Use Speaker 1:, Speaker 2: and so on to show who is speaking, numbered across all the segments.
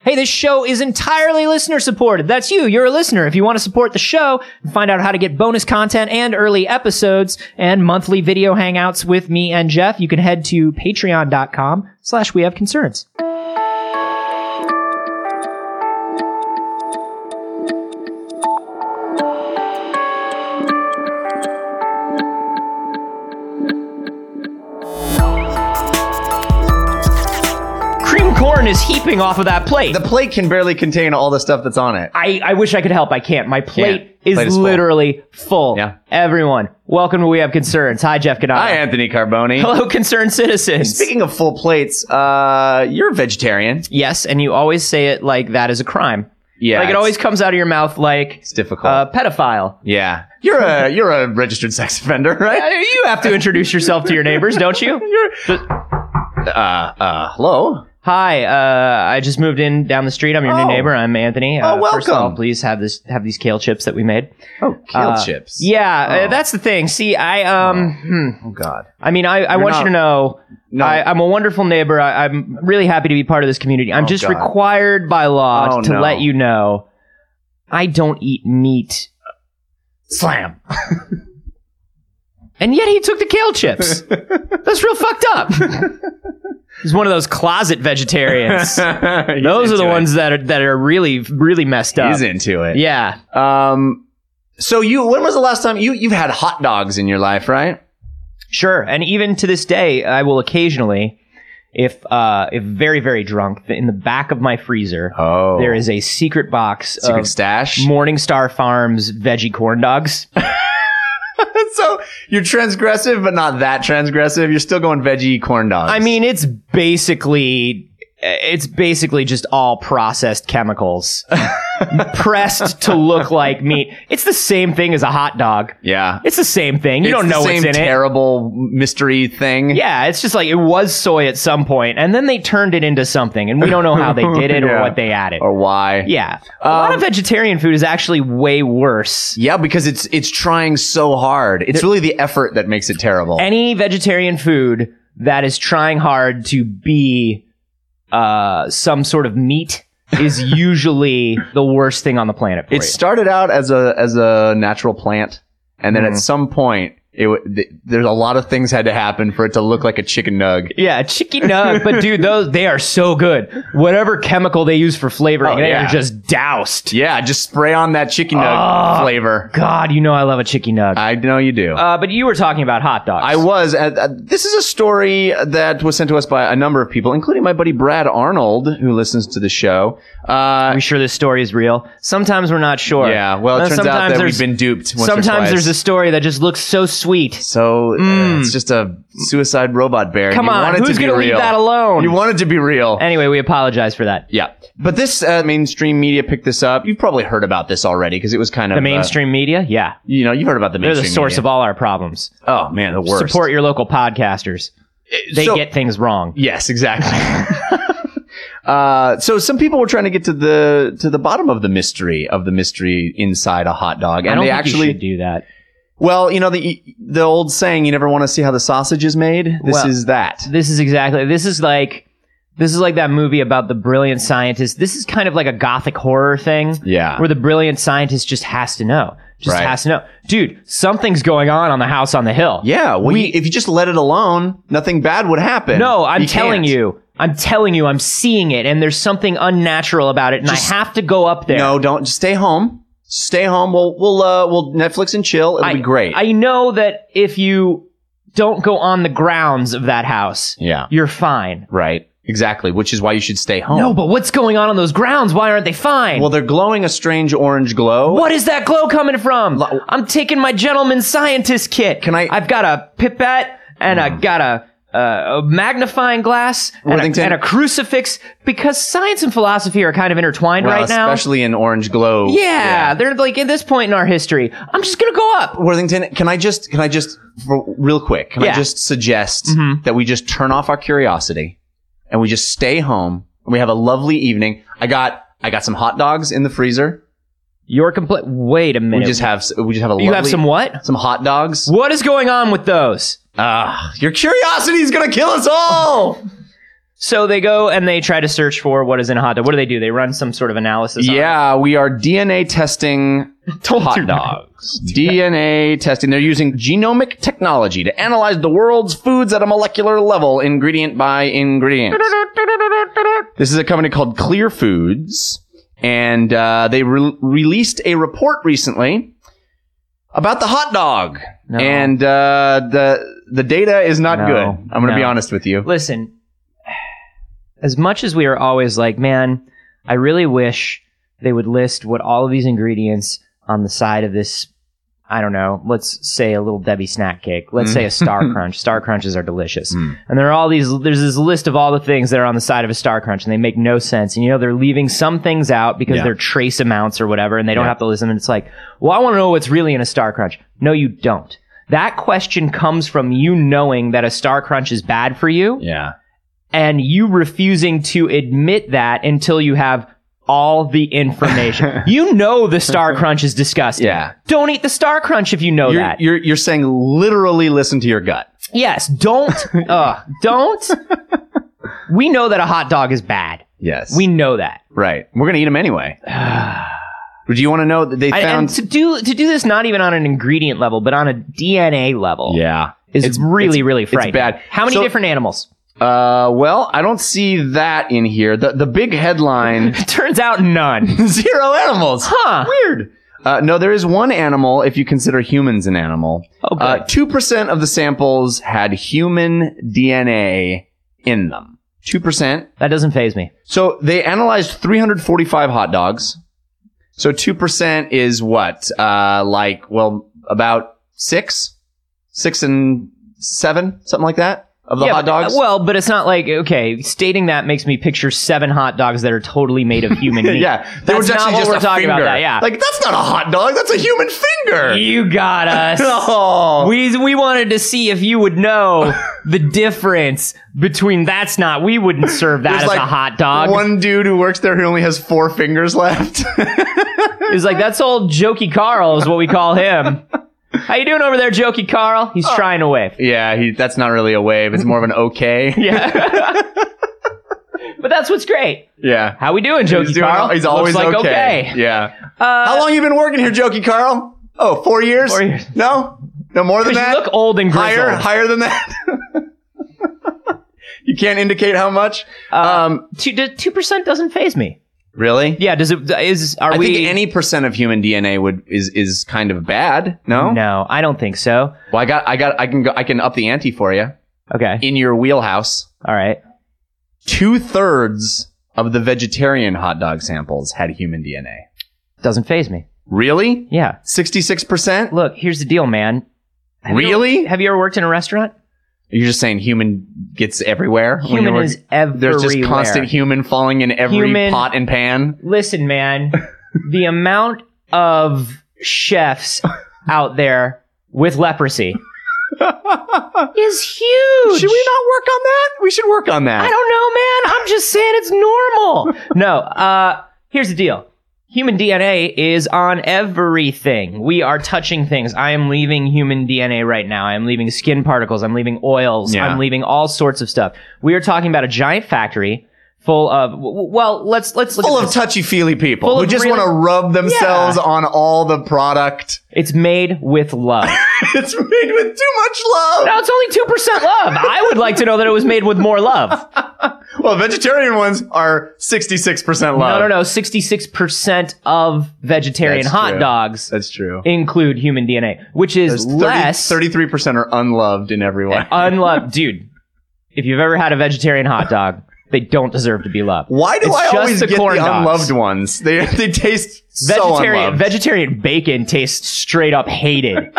Speaker 1: Hey, this show is entirely listener supported. That's you. You're a listener. If you want to support the show and find out how to get bonus content and early episodes and monthly video hangouts with me and Jeff, you can head to patreon.com slash we have concerns. Cream corn is heaping off of that plate.
Speaker 2: The plate can barely contain all the stuff that's on it.
Speaker 1: I, I wish I could help. I can't. My plate is,
Speaker 2: Plate is full.
Speaker 1: literally full.
Speaker 2: Yeah.
Speaker 1: Everyone, welcome to We Have Concerns. Hi, Jeff Canada.
Speaker 2: Hi, Anthony Carboni.
Speaker 1: Hello, concerned citizens.
Speaker 2: Speaking of full plates, uh, you're a vegetarian.
Speaker 1: yes, and you always say it like that is a crime.
Speaker 2: Yeah,
Speaker 1: like it
Speaker 2: it's-
Speaker 1: always comes out of your mouth like
Speaker 2: It's difficult.
Speaker 1: uh, pedophile.
Speaker 2: yeah, you're a you're a registered sex offender,
Speaker 1: Uh,
Speaker 2: right?
Speaker 1: You have to introduce yourself to your neighbors, don't you?
Speaker 2: Uh, uh, hello.
Speaker 1: Hi, uh, I just moved in down the street. I'm your
Speaker 2: Oh.
Speaker 1: new neighbor. I'm Anthony. Uh,
Speaker 2: Oh,
Speaker 1: First of all,
Speaker 2: welcome.
Speaker 1: please have this have these kale chips that we made.
Speaker 2: Oh, kale
Speaker 1: Uh,
Speaker 2: chips.
Speaker 1: Yeah, uh,
Speaker 2: Oh.
Speaker 1: that's the thing. See, I um, hmm.
Speaker 2: Oh God.
Speaker 1: I mean, I, I want
Speaker 2: not-
Speaker 1: you to know,
Speaker 2: No.
Speaker 1: I, I'm a wonderful neighbor. I, I'm really happy to be part of this community. I'm
Speaker 2: Oh,
Speaker 1: just
Speaker 2: God.
Speaker 1: required by law
Speaker 2: Oh,
Speaker 1: to
Speaker 2: no.
Speaker 1: let you know I don't eat meat.
Speaker 2: Slam.
Speaker 1: And yet he took the kale chips. That's real fucked up. He's one of those closet vegetarians. Those are the ones that are that are really really messed up.
Speaker 2: He's into it.
Speaker 1: Yeah.
Speaker 2: Um. So you, when was the last time you you've had hot dogs in your life, right?
Speaker 1: Sure, and even to this day, I will occasionally, if uh, if very very drunk, in the back of my freezer,
Speaker 2: Oh,
Speaker 1: there is a secret box
Speaker 2: secret
Speaker 1: of
Speaker 2: stash.
Speaker 1: Morningstar Farms veggie corn dogs.
Speaker 2: so you're transgressive, but not that transgressive. You're still going veggie corn dogs.
Speaker 1: I mean, it's basically it's basically just all processed chemicals pressed to look like meat. It's the same thing as a hot dog.
Speaker 2: yeah.
Speaker 1: It's the same thing. You
Speaker 2: It's
Speaker 1: don't
Speaker 2: the
Speaker 1: know what's
Speaker 2: same
Speaker 1: in it.
Speaker 2: Terrible mystery thing.
Speaker 1: Yeah, it's just like it was soy at some point, and then they turned it into something, and we don't know how they did it or
Speaker 2: Yeah. Oh. Um,
Speaker 1: what they added.
Speaker 2: Or why?
Speaker 1: yeah, a lot of vegetarian food is actually way worse.
Speaker 2: Yeah, because it's it's trying so hard. It's really the effort that makes it terrible.
Speaker 1: any vegetarian food that is trying hard to be uh, some sort of meat is usually the worst thing on the planet for
Speaker 2: It
Speaker 1: you.
Speaker 2: started out as a as a natural plant, and then
Speaker 1: Mm-hmm.
Speaker 2: at some point, it w- th- there's a lot of things had to happen for it to look like a chicken nug.
Speaker 1: Yeah, chicken nug, but dude, those they are so good. Whatever chemical they use for flavoring,
Speaker 2: Oh,
Speaker 1: they
Speaker 2: yeah.
Speaker 1: are just doused.
Speaker 2: Yeah, just spray on that chicken nug
Speaker 1: Ah.
Speaker 2: flavor.
Speaker 1: God, you know I love a chicken nug.
Speaker 2: I know you do.
Speaker 1: Uh, but you were talking about hot dogs.
Speaker 2: I was. Uh, uh, this is a story that was sent to us by a number of people, including my buddy Brad Arnold, who listens to the show.
Speaker 1: Are
Speaker 2: Uh,
Speaker 1: we sure this story is real? Sometimes we're not sure.
Speaker 2: yeah, well, it
Speaker 1: Uh,
Speaker 2: turns out
Speaker 1: sometimes
Speaker 2: that
Speaker 1: there's-
Speaker 2: we've been duped. Once or
Speaker 1: Sometimes
Speaker 2: twice.
Speaker 1: there's a story that just looks so sweet.
Speaker 2: So uh, it's just a suicide robot bear.
Speaker 1: Come
Speaker 2: You
Speaker 1: on,
Speaker 2: want it
Speaker 1: who's
Speaker 2: to be
Speaker 1: gonna leave
Speaker 2: real.
Speaker 1: that alone?
Speaker 2: You want it to be real.
Speaker 1: anyway, we apologize for that.
Speaker 2: yeah, but this uh, mainstream media picked this up. You've probably heard about this already because it was kind of
Speaker 1: The
Speaker 2: uh,
Speaker 1: mainstream media? Yeah.
Speaker 2: you know, you've heard about the
Speaker 1: They're
Speaker 2: mainstream.
Speaker 1: the source of all our problems.
Speaker 2: of. Oh man, the worst.
Speaker 1: Support your local podcasters. They
Speaker 2: So-
Speaker 1: get things wrong.
Speaker 2: Yes, exactly. Uh, so some people were trying to get to the to the bottom of the mystery of the mystery inside a hot dog, and
Speaker 1: I don't
Speaker 2: they
Speaker 1: think you
Speaker 2: actually
Speaker 1: should do that.
Speaker 2: well, you know the the old saying, you never want to see how the sausage is made. This
Speaker 1: Well-
Speaker 2: is that.
Speaker 1: This is exactly. This is like. This is like that movie about the brilliant scientist. This is kind of like a gothic horror thing.
Speaker 2: Yeah.
Speaker 1: Where the brilliant scientist just has to know. Just
Speaker 2: Right.
Speaker 1: has to know. Dude, something's going on on the house on the hill.
Speaker 2: Yeah, well, you- if you just let it alone, nothing bad would happen.
Speaker 1: No, I'm
Speaker 2: You
Speaker 1: telling
Speaker 2: can't.
Speaker 1: you. I'm telling you, I'm seeing it, and there's something unnatural about it, and
Speaker 2: Just-
Speaker 1: I have to go up there.
Speaker 2: No, don't. Just stay home. Stay home. We'll we'll uh, we'll Netflix and chill. It'll
Speaker 1: I-
Speaker 2: be great.
Speaker 1: I know that if you don't go on the grounds of that house,
Speaker 2: yeah.
Speaker 1: you're fine.
Speaker 2: Right. Exactly. Which is why you should stay home.
Speaker 1: No, but what's going on on those grounds? Why aren't they fine?
Speaker 2: Oh. well, they're glowing a strange orange glow.
Speaker 1: what is that glow coming from?
Speaker 2: Lo-
Speaker 1: I'm taking my gentleman scientist kit.
Speaker 2: Can I- Mm.
Speaker 1: I've got a pipette and I got a. Uh, a magnifying glass and a,
Speaker 2: Worthington?
Speaker 1: and a crucifix because science and philosophy are kind of intertwined
Speaker 2: Well,
Speaker 1: right now.
Speaker 2: Uh, especially in orange glow.
Speaker 1: yeah, they're like at this point in our history. I'm just gonna go up.
Speaker 2: Worthington, can I just can I just for real quick? Can
Speaker 1: Yeah. Mm-hmm.
Speaker 2: I just suggest that we just turn off our curiosity and we just stay home and we have a lovely evening. I got I got some hot dogs in the freezer.
Speaker 1: You're complete. Wait a
Speaker 2: We
Speaker 1: minute.
Speaker 2: just have s- we just have a lovely
Speaker 1: you have some what?
Speaker 2: some hot dogs.
Speaker 1: What is going on with those?
Speaker 2: Ah, your curiosity is gonna kill us all.
Speaker 1: So they go and they try to search for what is in a hot dog. What do they do? They run some sort of analysis. on it.
Speaker 2: Yeah, we are DNA testing
Speaker 1: Told you.
Speaker 2: hot dogs. DNA testing. They're using genomic technology to analyze the world's foods at a molecular level, ingredient by ingredient. This is a company called Clear Foods, and uh, they re- released a report recently about the hot dog.
Speaker 1: No.
Speaker 2: And uh, the the data is not
Speaker 1: No.
Speaker 2: good. I'm going to be
Speaker 1: No.
Speaker 2: honest with you.
Speaker 1: listen, as much as we are always like, man, I really wish they would list what all of these ingredients on the side of this. I don't know. Let's say a little Debbie snack cake. Let's
Speaker 2: Mm.
Speaker 1: say a Star Crunch. Star Crunches are delicious.
Speaker 2: Mm.
Speaker 1: And there are all these, there's this list of all the things that are on the side of a Star Crunch and they make no sense. And you know, they're leaving some things out because
Speaker 2: Yeah.
Speaker 1: they're trace amounts or whatever and they don't
Speaker 2: Yeah.
Speaker 1: have to list them. And it's like, well, I want to know what's really in a Star Crunch. No, you don't. That question comes from you knowing that a Star Crunch is bad for you
Speaker 2: Yeah.
Speaker 1: and you refusing to admit that until you have all the information. you know the Star Crunch is disgusting.
Speaker 2: Yeah.
Speaker 1: Don't eat the Star Crunch if you know
Speaker 2: You're,
Speaker 1: that.
Speaker 2: you're, you're saying literally listen to your gut.
Speaker 1: yes, don't. uh, don't. We know that a hot dog is bad.
Speaker 2: Yes.
Speaker 1: We know that.
Speaker 2: Right. We're going to eat them anyway. Do you want to know that they
Speaker 1: I- and
Speaker 2: found?
Speaker 1: to do to do this not even on an ingredient level, but on a DNA level
Speaker 2: yeah.
Speaker 1: is
Speaker 2: It's-
Speaker 1: really, really frightening.
Speaker 2: bad.
Speaker 1: How many
Speaker 2: So-
Speaker 1: different animals?
Speaker 2: Uh, well, I don't see that in here. The the big headline:
Speaker 1: Turns out none.
Speaker 2: zero animals.
Speaker 1: Huh.
Speaker 2: Weird. Uh, no, there is one animal if you consider humans an animal. Uh,
Speaker 1: Oh, good.
Speaker 2: Two percent of the samples had human DNA in them. Two percent.
Speaker 1: that doesn't phase me.
Speaker 2: So they analyzed 345 hot dogs. So two percent is what? Uh, like well, about six, six and seven, something like that, of the hot
Speaker 1: but- uh,
Speaker 2: dogs.
Speaker 1: Well, but it's not like okay, stating that makes me picture seven hot dogs that are totally made of human meat.
Speaker 2: Yeah, there
Speaker 1: That's
Speaker 2: was actually
Speaker 1: not what
Speaker 2: just
Speaker 1: we're
Speaker 2: a
Speaker 1: talking about
Speaker 2: finger.
Speaker 1: that, yeah.
Speaker 2: like that's not a hot dog. That's a human finger.
Speaker 1: you got us.
Speaker 2: Oh.
Speaker 1: We we wanted to see if you would know the difference between that's not we wouldn't serve that
Speaker 2: There's
Speaker 1: as
Speaker 2: like
Speaker 1: a hot dog.
Speaker 2: One dude who works there who only has four fingers left.
Speaker 1: It's like that's old Jokey Carl is what we call him. How you doing over there, Jokey Carl?
Speaker 2: Oh.
Speaker 1: He's trying to wave.
Speaker 2: yeah, he, that's not really a wave. It's more of an okay.
Speaker 1: Yeah. but that's what's great.
Speaker 2: Yeah.
Speaker 1: How we doing, Jokey
Speaker 2: He's, doing,
Speaker 1: Carl?
Speaker 2: he's
Speaker 1: Looks
Speaker 2: always
Speaker 1: like
Speaker 2: okay. Yeah.
Speaker 1: Uh,
Speaker 2: How long you been working here, Jokey Carl? Oh, four years?
Speaker 1: Four years.
Speaker 2: No? No more than
Speaker 1: 'Cause
Speaker 2: that?
Speaker 1: you look old and grizzled.
Speaker 2: higher, higher than that? you can't indicate how much? um,
Speaker 1: Uh, two percent doesn't phase me.
Speaker 2: really?
Speaker 1: Yeah, does it? Is are
Speaker 2: I
Speaker 1: we?
Speaker 2: think any percent of human DNA would is is kind of bad. No?
Speaker 1: no, I don't think so.
Speaker 2: Well, I got I got I can go I can up the ante for you.
Speaker 1: Okay,
Speaker 2: In your wheelhouse,
Speaker 1: all right.
Speaker 2: two thirds of the vegetarian hot dog samples had human DNA.
Speaker 1: Doesn't phase me.
Speaker 2: Really?
Speaker 1: Yeah.
Speaker 2: Sixty six percent?
Speaker 1: Look, here's the deal, man. Have you-
Speaker 2: Really?
Speaker 1: have you ever worked in a restaurant?
Speaker 2: You're just saying human gets everywhere. when
Speaker 1: Human
Speaker 2: you're-
Speaker 1: is everywhere.
Speaker 2: There's just constant human falling in every
Speaker 1: Human-
Speaker 2: pot and pan.
Speaker 1: Listen, man. the amount of chefs out there with leprosy is huge.
Speaker 2: Should we not work on that? We should work on that.
Speaker 1: I don't know, man. I'm just saying it's normal. no, uh, here's the deal. Human DNA is on everything. We are touching things. I am leaving human DNA right now. I am leaving skin particles. I'm leaving oils.
Speaker 2: Yeah.
Speaker 1: I'm leaving all sorts of stuff. We are talking about a giant factory full of. w- w- Well, let's let's look.
Speaker 2: Full
Speaker 1: at
Speaker 2: of
Speaker 1: this.
Speaker 2: touchy feely people
Speaker 1: Full
Speaker 2: who
Speaker 1: of
Speaker 2: just
Speaker 1: really-
Speaker 2: want to rub themselves
Speaker 1: Yeah.
Speaker 2: on all the product.
Speaker 1: it's made with love.
Speaker 2: it's made with too much love.
Speaker 1: now it's only two percent love. I would like to know that it was made with more love.
Speaker 2: Well, vegetarian ones are 66% love.
Speaker 1: No, no, no. Sixty-six percent of vegetarian
Speaker 2: That's
Speaker 1: hot
Speaker 2: true.
Speaker 1: dogs
Speaker 2: That's true.
Speaker 1: include human DNA, which is
Speaker 2: There's 30
Speaker 1: less
Speaker 2: 33% are unloved in every way.
Speaker 1: unloved. Dude, if you've ever had a vegetarian hot dog, they don't deserve to be loved.
Speaker 2: Why do
Speaker 1: It's
Speaker 2: I
Speaker 1: just
Speaker 2: always
Speaker 1: the
Speaker 2: get the
Speaker 1: corn dogs.
Speaker 2: unloved ones? They they taste so
Speaker 1: Vegetarian
Speaker 2: unloved.
Speaker 1: vegetarian bacon tastes straight up hated,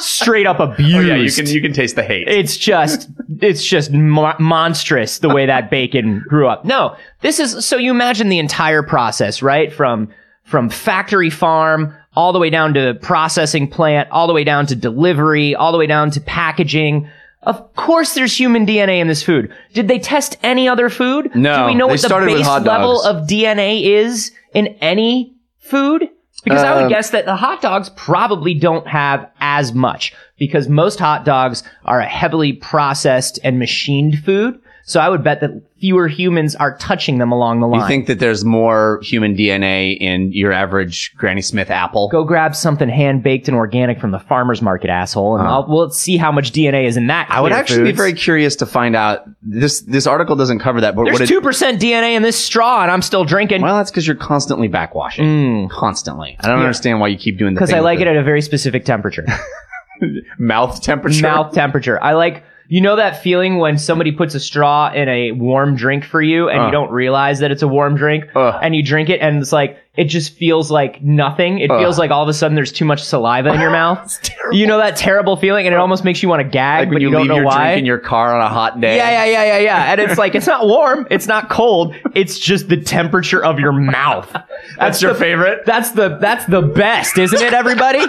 Speaker 1: straight up abused.
Speaker 2: Oh, yeah, you can you can taste the hate.
Speaker 1: it's just it's just mo- monstrous the way that bacon grew up. No, this is so you imagine the entire process, right? From from factory farm all the way down to processing plant, all the way down to delivery, all the way down to packaging. Of course, there's human DNA in this food. Did they test any other food?
Speaker 2: No,
Speaker 1: Do we know
Speaker 2: they
Speaker 1: what the
Speaker 2: started with
Speaker 1: base
Speaker 2: hot
Speaker 1: level
Speaker 2: dogs.
Speaker 1: of DNA is in any food? Because I
Speaker 2: Um,
Speaker 1: would guess that the hot dogs probably don't have as much because most hot dogs are a heavily processed and machined food. So I would bet that fewer humans are touching them along the line.
Speaker 2: You think that there's more human DNA in your average Granny Smith apple?
Speaker 1: Go grab something hand baked and organic from the farmer's market, asshole, and
Speaker 2: Uh.
Speaker 1: I'll, we'll see how much DNA is in that.
Speaker 2: I would
Speaker 1: clear
Speaker 2: actually be
Speaker 1: foods.
Speaker 2: very curious to find out. This this article doesn't cover that, but what
Speaker 1: There's
Speaker 2: it,
Speaker 1: two percent DNA in this straw, and I'm still drinking
Speaker 2: well, that's because you're constantly backwashing. Constantly. I don't understand why you keep doing the
Speaker 1: because
Speaker 2: thing
Speaker 1: Mm. I
Speaker 2: with
Speaker 1: like
Speaker 2: the
Speaker 1: it at a very specific temperature,
Speaker 2: mouth temperature.
Speaker 1: mouth temperature. I like. You know that feeling when somebody puts a straw in a warm drink for you and
Speaker 2: Uh.
Speaker 1: you don't realize that it's a warm drink
Speaker 2: Ugh.
Speaker 1: and you drink it and it's like it just feels like nothing. It
Speaker 2: Ugh.
Speaker 1: feels like all of a sudden there's too much saliva in your mouth. You know that terrible feeling and it almost makes you want to gag,
Speaker 2: like
Speaker 1: but
Speaker 2: when you,
Speaker 1: you, don't
Speaker 2: leave
Speaker 1: know
Speaker 2: your
Speaker 1: why.
Speaker 2: drink in your car on a hot day.
Speaker 1: Yeah, yeah, yeah, yeah, yeah. And it's like it's not warm, it's not cold, it's just the temperature of your mouth.
Speaker 2: That's your
Speaker 1: the-
Speaker 2: favorite?
Speaker 1: That's the that's the best, isn't it, everybody?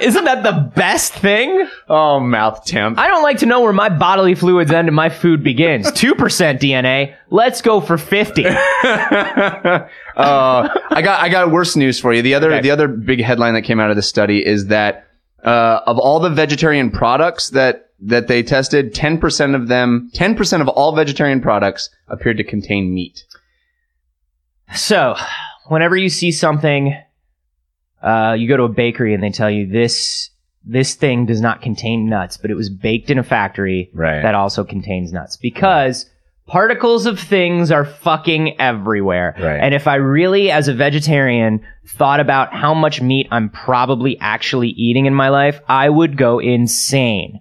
Speaker 1: isn't that the best thing?
Speaker 2: Oh, mouth temp.
Speaker 1: I don't like to know where my bodily fluids end and my food begins. Two percent DNA. Let's go for fifty.
Speaker 2: uh, I got I got worse news for you. The other
Speaker 1: Okay.
Speaker 2: the other big headline that came out of this study is that uh, of all the vegetarian products that that they tested, ten percent of them, ten percent of all vegetarian products appeared to contain meat.
Speaker 1: So, whenever you see something, uh, you go to a bakery and they tell you this this thing does not contain nuts, but it was baked in a factory
Speaker 2: Right.
Speaker 1: that also contains nuts because particles of things are fucking everywhere.
Speaker 2: Right.
Speaker 1: And if I really, as a vegetarian, thought about how much meat I'm probably actually eating in my life, I would go insane.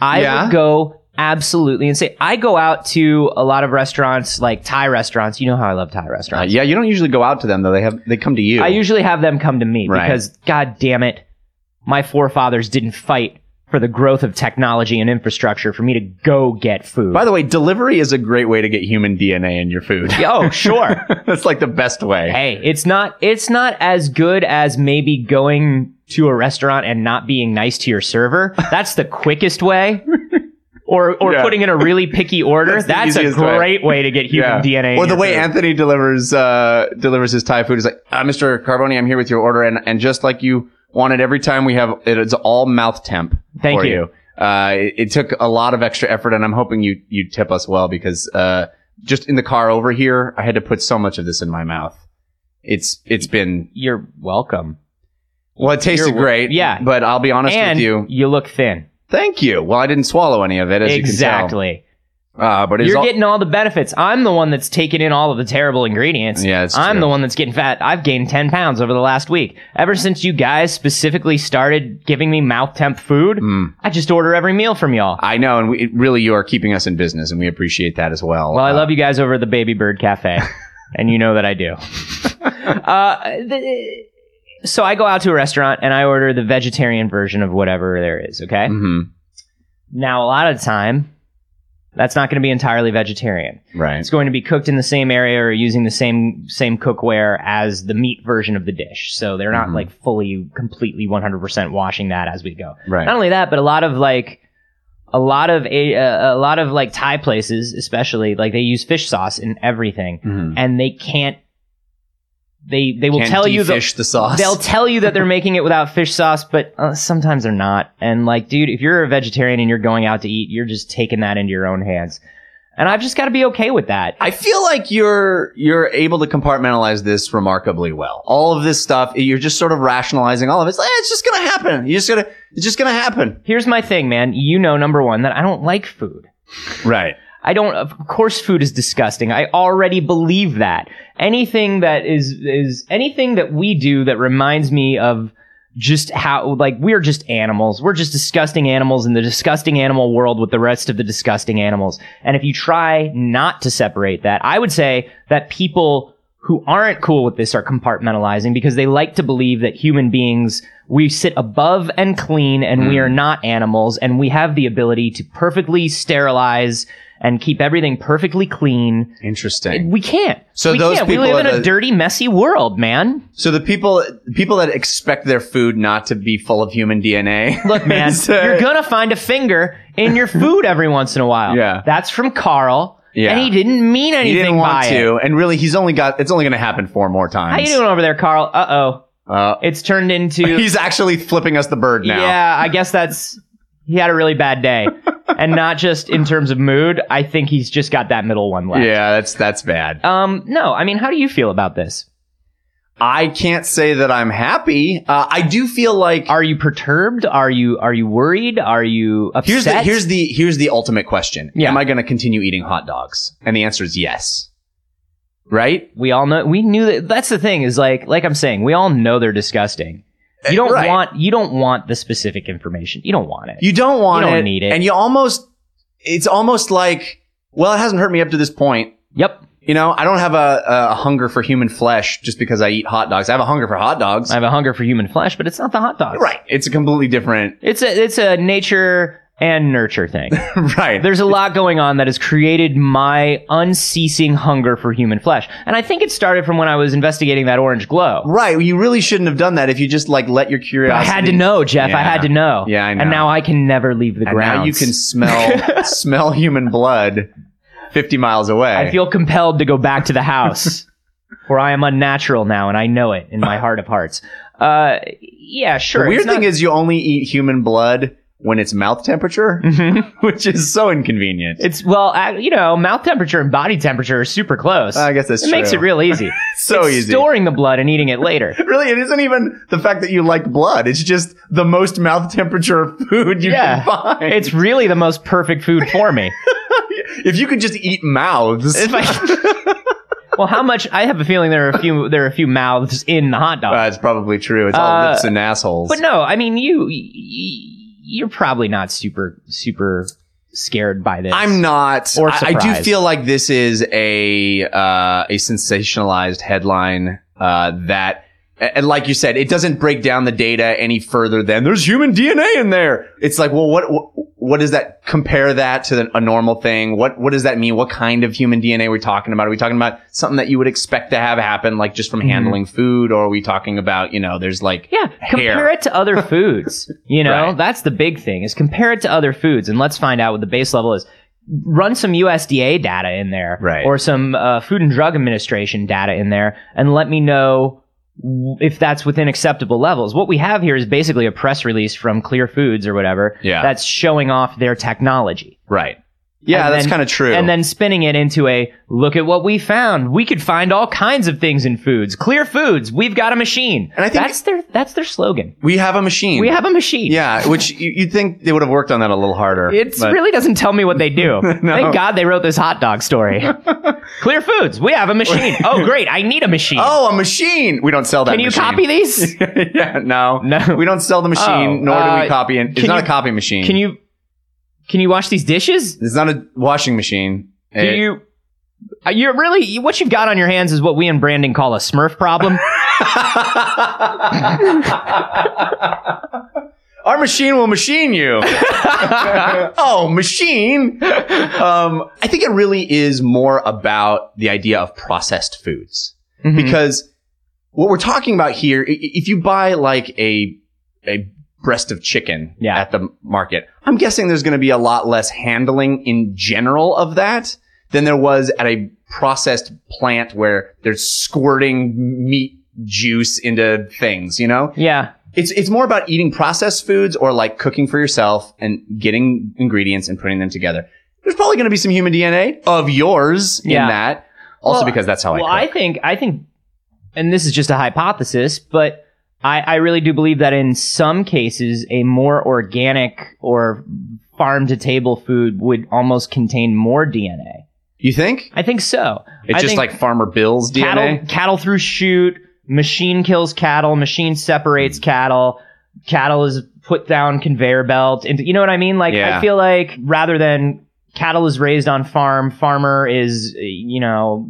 Speaker 1: I
Speaker 2: Yeah?
Speaker 1: would go absolutely insane. I go out to a lot of restaurants, like Thai restaurants. You know how I love Thai
Speaker 2: Uh,
Speaker 1: restaurants.
Speaker 2: yeah, you don't usually go out to them though. They have they come to you.
Speaker 1: I usually have them come to me
Speaker 2: Right.
Speaker 1: because, god damn it, my forefathers didn't fight for the growth of technology and infrastructure for me to go get food.
Speaker 2: By the way, delivery is a great way to get human DNA in your food.
Speaker 1: Yeah, oh, sure.
Speaker 2: That's like the best way.
Speaker 1: hey, it's not it's not as good as maybe going to a restaurant and not being nice to your server. That's the quickest way. Or, or
Speaker 2: Yeah.
Speaker 1: putting in a really picky order.
Speaker 2: That's the
Speaker 1: That's, a
Speaker 2: easiest way.
Speaker 1: great way. to get human DNA.
Speaker 2: Or
Speaker 1: in
Speaker 2: the
Speaker 1: your
Speaker 2: way
Speaker 1: food.
Speaker 2: Anthony delivers uh, delivers his Thai food is like, uh, Mr. Carboni, I'm here with your order, and and just like you wanted, every time we have it is all mouth temp.
Speaker 1: Thank
Speaker 2: for
Speaker 1: you.
Speaker 2: Uh, it, it took a lot of extra effort, and I'm hoping you you tip us well because uh, just in the car over here, I had to put so much of this in my mouth. It's it's been
Speaker 1: You're welcome.
Speaker 2: well, it tasted
Speaker 1: You're-
Speaker 2: great,
Speaker 1: yeah.
Speaker 2: But I'll be honest
Speaker 1: and
Speaker 2: with you,
Speaker 1: look thin.
Speaker 2: thank you. Well, I didn't swallow any of it, as
Speaker 1: exactly.
Speaker 2: you can tell. Uh, but it's
Speaker 1: You're
Speaker 2: all,
Speaker 1: getting all the benefits. I'm the one that's taking in all of the terrible ingredients.
Speaker 2: Yeah, it's
Speaker 1: I'm
Speaker 2: true.
Speaker 1: the one that's getting fat. I've gained 10 pounds over the last week. Ever since you guys specifically started giving me mouth temp food,
Speaker 2: Mm.
Speaker 1: I just order every meal from y'all.
Speaker 2: I know, and we, it- really, you are keeping us in business, and we appreciate that as well.
Speaker 1: Well, I
Speaker 2: Uh,
Speaker 1: love you guys over at the Baby Bird Cafe, and you know that I do. uh, th- so I go out to a restaurant and I order the vegetarian version of whatever there is, okay?
Speaker 2: Mhm.
Speaker 1: Now, a lot of the time, that's not going to be entirely vegetarian.
Speaker 2: Right.
Speaker 1: It's going to be cooked in the same area or using the same same cookware as the meat version of the dish. So they're not
Speaker 2: Mhm.
Speaker 1: like fully completely 100% washing that as we go.
Speaker 2: Right.
Speaker 1: Not only that, but a lot of like a lot of a, uh, a lot of like Thai places, especially like they use fish sauce in everything,
Speaker 2: Mhm.
Speaker 1: and they can't. They they will
Speaker 2: Can't
Speaker 1: tell you the,
Speaker 2: defish the sauce.
Speaker 1: They'll tell you that they're making it without fish sauce, but uh, sometimes they're not. And like, dude, if you're a vegetarian and you're going out to eat, you're just taking that into your own hands. And I've just got to be okay with that.
Speaker 2: I feel like you're you're able to compartmentalize this remarkably well. All of this stuff, you're just sort of rationalizing all of it. It's, like, "Eh, it's just gonna happen. You just gonna it's just gonna happen.
Speaker 1: Here's my thing, man. You know, number one, that I don't like food.
Speaker 2: Right.
Speaker 1: I don't. Of course, food is disgusting. I already believe that. Anything that is is anything that we do that reminds me of just how like we're just animals. We're just disgusting animals in the disgusting animal world with the rest of the disgusting animals. And if you try not to separate that, I would say that people who aren't cool with this are compartmentalizing because they like to believe that human beings we sit above and clean and we are not animals and we have the ability to perfectly sterilize and keep everything perfectly clean.
Speaker 2: Interesting.
Speaker 1: We can't.
Speaker 2: So
Speaker 1: we
Speaker 2: those
Speaker 1: can't. We
Speaker 2: people
Speaker 1: live in
Speaker 2: are
Speaker 1: a
Speaker 2: the-
Speaker 1: dirty, messy world, man.
Speaker 2: So the people people that expect their food not to be full of human DNA.
Speaker 1: Look, man,
Speaker 2: So-
Speaker 1: you're gonna find a finger in your food every once in a while.
Speaker 2: Yeah.
Speaker 1: That's from Carl.
Speaker 2: Yeah.
Speaker 1: And he didn't mean
Speaker 2: he
Speaker 1: anything
Speaker 2: didn't
Speaker 1: by
Speaker 2: want
Speaker 1: it.
Speaker 2: to, and really, he's only got it's only gonna happen four more
Speaker 1: How you
Speaker 2: times.
Speaker 1: doing over there, Carl? Uh oh.
Speaker 2: Uh,
Speaker 1: It's turned into
Speaker 2: he's actually flipping us the bird now.
Speaker 1: Yeah, I guess that's He had a really bad day. and not just in terms of mood. I think he's just got that middle one left.
Speaker 2: Yeah, that's that's bad.
Speaker 1: Um, no, I mean, how do you feel about this?
Speaker 2: I can't say that I'm happy. Uh, I do feel like
Speaker 1: Are you perturbed? Are you are you worried? Are you upset?
Speaker 2: here's the here's the here's the ultimate question.
Speaker 1: Yeah.
Speaker 2: Am I going to continue eating hot dogs? And the answer is yes. Right?
Speaker 1: we all know we knew that that's the thing is like like I'm saying, we all know they're disgusting. You don't
Speaker 2: Eh, Right.
Speaker 1: want you don't want the specific information. You don't want it.
Speaker 2: You don't want
Speaker 1: You don't
Speaker 2: it,
Speaker 1: need it.
Speaker 2: and you almost it's almost like well, it hasn't hurt me up to this point.
Speaker 1: yep.
Speaker 2: You know, I don't have a, a hunger for human flesh just because I eat hot dogs. I have a hunger for hot dogs.
Speaker 1: I have a hunger for human flesh, but it's not the hot dogs.
Speaker 2: right. It's a completely different.
Speaker 1: It's a it's a nature and nurture thing.
Speaker 2: right.
Speaker 1: There's a lot going on that has created my unceasing hunger for human flesh. And I think it started from when I was investigating that orange glow.
Speaker 2: Right. You really shouldn't have done that if you just like let your
Speaker 1: I
Speaker 2: curiosity.
Speaker 1: had to know, Jeff. I
Speaker 2: Yeah.
Speaker 1: had to know.
Speaker 2: Yeah, I know.
Speaker 1: And now I can never leave the
Speaker 2: And
Speaker 1: ground.
Speaker 2: now you can smell smell human blood, fifty miles away.
Speaker 1: I feel compelled to go back to the house where I am unnatural now, and I know it in my heart of hearts. Uh, yeah,
Speaker 2: the
Speaker 1: sure.
Speaker 2: weird
Speaker 1: it's not-
Speaker 2: thing is you only eat human blood when it's mouth temperature,
Speaker 1: Mhm.
Speaker 2: which is so inconvenient.
Speaker 1: it's well, I- you know, mouth temperature and body temperature are super close.
Speaker 2: I guess that's
Speaker 1: it makes it
Speaker 2: true.
Speaker 1: real easy.
Speaker 2: so
Speaker 1: It's
Speaker 2: easy.
Speaker 1: Storing the blood and eating it later.
Speaker 2: really, it isn't even the fact that you like blood. It's just the most mouth temperature food you
Speaker 1: Yeah.
Speaker 2: can find.
Speaker 1: It's really the most perfect food for me.
Speaker 2: if you could just eat mouths.
Speaker 1: If I- well, how much? I have a feeling there are a few. There are a few mouths in the hot dog.
Speaker 2: That's probably true. It's all
Speaker 1: Uh,
Speaker 2: lips and assholes.
Speaker 1: but no, I mean you. y- You're probably not super super scared by this.
Speaker 2: I'm not.
Speaker 1: Or
Speaker 2: I, I do
Speaker 1: surprised.
Speaker 2: feel like this is a uh, a sensationalized headline uh, that, a- and like you said, it doesn't break down the data any further than there's human DNA in there. It's like, well, what what, what does that compare that to the, a normal thing? What what does that mean? What kind of human DNA are we talking about? Are we talking about something that you would expect to have happen, like just from
Speaker 1: Mm-hmm.
Speaker 2: handling food, or are we talking about you know, there's like
Speaker 1: Yeah, compare
Speaker 2: Hair.
Speaker 1: it to other foods. You know,
Speaker 2: Right.
Speaker 1: that's the big thing is compare it to other foods, and let's find out what the base level is. Run some USDA data in there,
Speaker 2: Right.
Speaker 1: or some uh, Food and Drug Administration data in there, and let me know w- if that's within acceptable levels. What we have here is basically a press release from Clear Foods or whatever
Speaker 2: Yeah.
Speaker 1: that's showing off their technology,
Speaker 2: right. Yeah,
Speaker 1: And
Speaker 2: that's
Speaker 1: then-
Speaker 2: kind of true.
Speaker 1: and then spinning it into a look at what we found. We could find all kinds of things in foods. Clear Foods, we've got a machine.
Speaker 2: And I think-
Speaker 1: that's their that's their slogan.
Speaker 2: we have a machine.
Speaker 1: We have a machine.
Speaker 2: Yeah, which you, you'd think they would have worked on that a little harder.
Speaker 1: It
Speaker 2: but-
Speaker 1: really doesn't tell me what they do. Thank God they wrote this hot dog story. Clear Foods, we have a machine. Oh, great. I need a machine.
Speaker 2: Oh, a machine. We don't sell that.
Speaker 1: Can you
Speaker 2: machine.
Speaker 1: copy these?
Speaker 2: yeah, no,
Speaker 1: No.
Speaker 2: We don't sell the machine,
Speaker 1: Oh,
Speaker 2: nor do
Speaker 1: uh,
Speaker 2: we copy it. It's
Speaker 1: can
Speaker 2: not
Speaker 1: you-
Speaker 2: a copy machine.
Speaker 1: Can you can you wash these dishes?
Speaker 2: It's not a washing machine.
Speaker 1: Do
Speaker 2: It-
Speaker 1: you uh, you're really what you've got on your hands is what we in branding call a smurf problem.
Speaker 2: Our machine will machine you. oh, machine. Um, I think it really is more about the idea of processed foods.
Speaker 1: Mhm.
Speaker 2: because what we're talking about here, i- i- if you buy like a a breast of chicken
Speaker 1: Yeah.
Speaker 2: at the market, I'm guessing there's going to be a lot less handling in general of that than there was at a processed plant where they're squirting meat juice into things. You know,
Speaker 1: yeah.
Speaker 2: it's it's more about eating processed foods or like cooking for yourself and getting ingredients and putting them together. There's probably going to be some human DNA of yours
Speaker 1: Yeah.
Speaker 2: in that. Also,
Speaker 1: Well,
Speaker 2: because that's how
Speaker 1: well,
Speaker 2: I
Speaker 1: I
Speaker 2: cook.
Speaker 1: think I think, and this is just a hypothesis, but I, I really do believe that in some cases, a more organic or farm to table food would almost contain more DNA.
Speaker 2: you think?
Speaker 1: I think so.
Speaker 2: It's
Speaker 1: I
Speaker 2: just
Speaker 1: think
Speaker 2: like Farmer Bill's
Speaker 1: cattle,
Speaker 2: DNA.
Speaker 1: cattle through shoot, machine kills cattle, machine
Speaker 2: Hmm.
Speaker 1: separates cattle, cattle is put down conveyor belt, and you know what I mean? Like I
Speaker 2: Yeah.
Speaker 1: feel like rather than cattle is raised on farm, farmer is uh, you know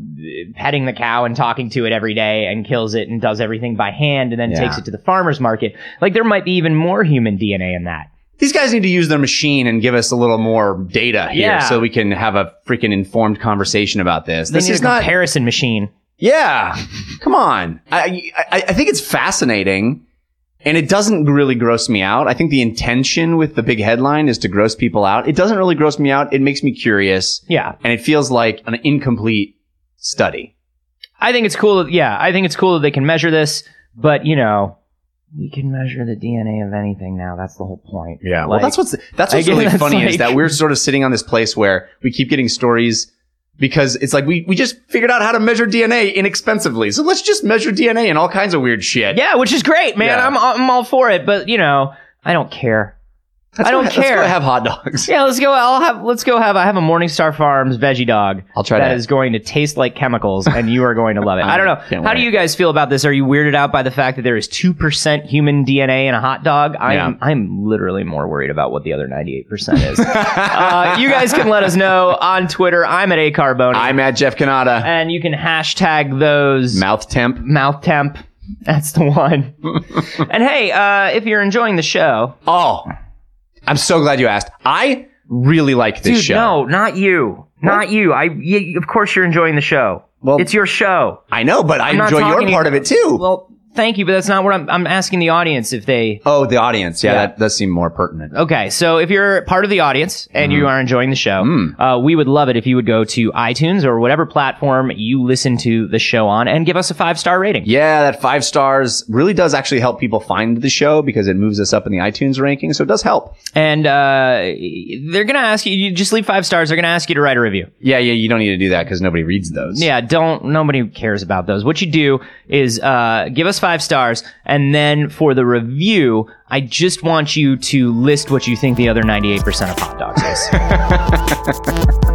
Speaker 1: petting the cow and talking to it every day and kills it and does everything by hand and then
Speaker 2: Yeah.
Speaker 1: takes it to the farmers market. Like there might be even more human DNA in that.
Speaker 2: These guys need to use their machine and give us a little more data here
Speaker 1: Yeah.
Speaker 2: so we can have a freaking informed conversation about this.
Speaker 1: They
Speaker 2: this
Speaker 1: need
Speaker 2: is
Speaker 1: a
Speaker 2: not.
Speaker 1: comparison machine.
Speaker 2: yeah. Come on. I, I, I think it's fascinating and it doesn't really gross me out. I think the intention with the big headline is to gross people out. It doesn't really gross me out. It makes me curious
Speaker 1: Yeah.
Speaker 2: and it feels like an incomplete study.
Speaker 1: I think it's cool. That, yeah, I think it's cool that they can measure this, but you know, we can measure the DNA of anything now. That's the whole point.
Speaker 2: Yeah. well,
Speaker 1: Like-
Speaker 2: that's what's that's what's
Speaker 1: Again,
Speaker 2: really
Speaker 1: that's
Speaker 2: funny is
Speaker 1: like-
Speaker 2: that we're sort of sitting on this place where we keep getting stories because it's like we we just figured out how to measure DNA inexpensively. So let's just measure DNA and all kinds of weird shit.
Speaker 1: Yeah, which is great, man.
Speaker 2: Yeah.
Speaker 1: I'm I'm all for it, but you know, I don't care.
Speaker 2: That's
Speaker 1: I don't
Speaker 2: why- that's why
Speaker 1: care.
Speaker 2: I have hot dogs.
Speaker 1: Yeah, let's go. I'll have let's go have. I have a Morningstar Farms veggie dog
Speaker 2: I'll try
Speaker 1: that is going to taste like chemicals, and you are going to love it. I don't know.
Speaker 2: Can't
Speaker 1: How do
Speaker 2: wait.
Speaker 1: you guys feel about this? Are you weirded out by the fact that there is two percent human DNA in a hot dog? I'm
Speaker 2: Yeah.
Speaker 1: I'm literally more worried about what the other ninety eight percent is. uh, you guys can let us know on Twitter. I'm at a carbone,
Speaker 2: I'm at Jeff Canada.
Speaker 1: and you can hashtag those
Speaker 2: Mouth temp.
Speaker 1: mouth temp. That's the one. and hey, uh, if you're enjoying the show,
Speaker 2: Oh, I'm so glad you asked. I really like this
Speaker 1: dude,
Speaker 2: show.
Speaker 1: no, not you, not you. I, y- of course, you're enjoying the show.
Speaker 2: Well-
Speaker 1: it's your show.
Speaker 2: I know, but I
Speaker 1: not
Speaker 2: enjoy your
Speaker 1: talking-
Speaker 2: part of it too.
Speaker 1: Well, thank you, but that's not what I'm. I'm asking the audience if they.
Speaker 2: oh, the audience. Yeah,
Speaker 1: Yeah.
Speaker 2: that does seem more pertinent.
Speaker 1: Okay, so if you're part of the audience and
Speaker 2: Mm.
Speaker 1: you are enjoying the show, uh, we would love it if you would go to iTunes or whatever platform you listen to the show on and give us a five star rating.
Speaker 2: Yeah, that five stars really does actually help people find the show because it moves us up in the iTunes ranking. So it does help.
Speaker 1: And uh, they're gonna ask you. You just leave five stars. They're gonna ask you to write a review.
Speaker 2: Yeah, yeah, you don't need to do that because nobody reads those.
Speaker 1: Yeah, don't nobody cares about those. What you do is uh, give us five stars, and then for the review, I just want you to list what you think the other ninety eight percent of hot dogs is.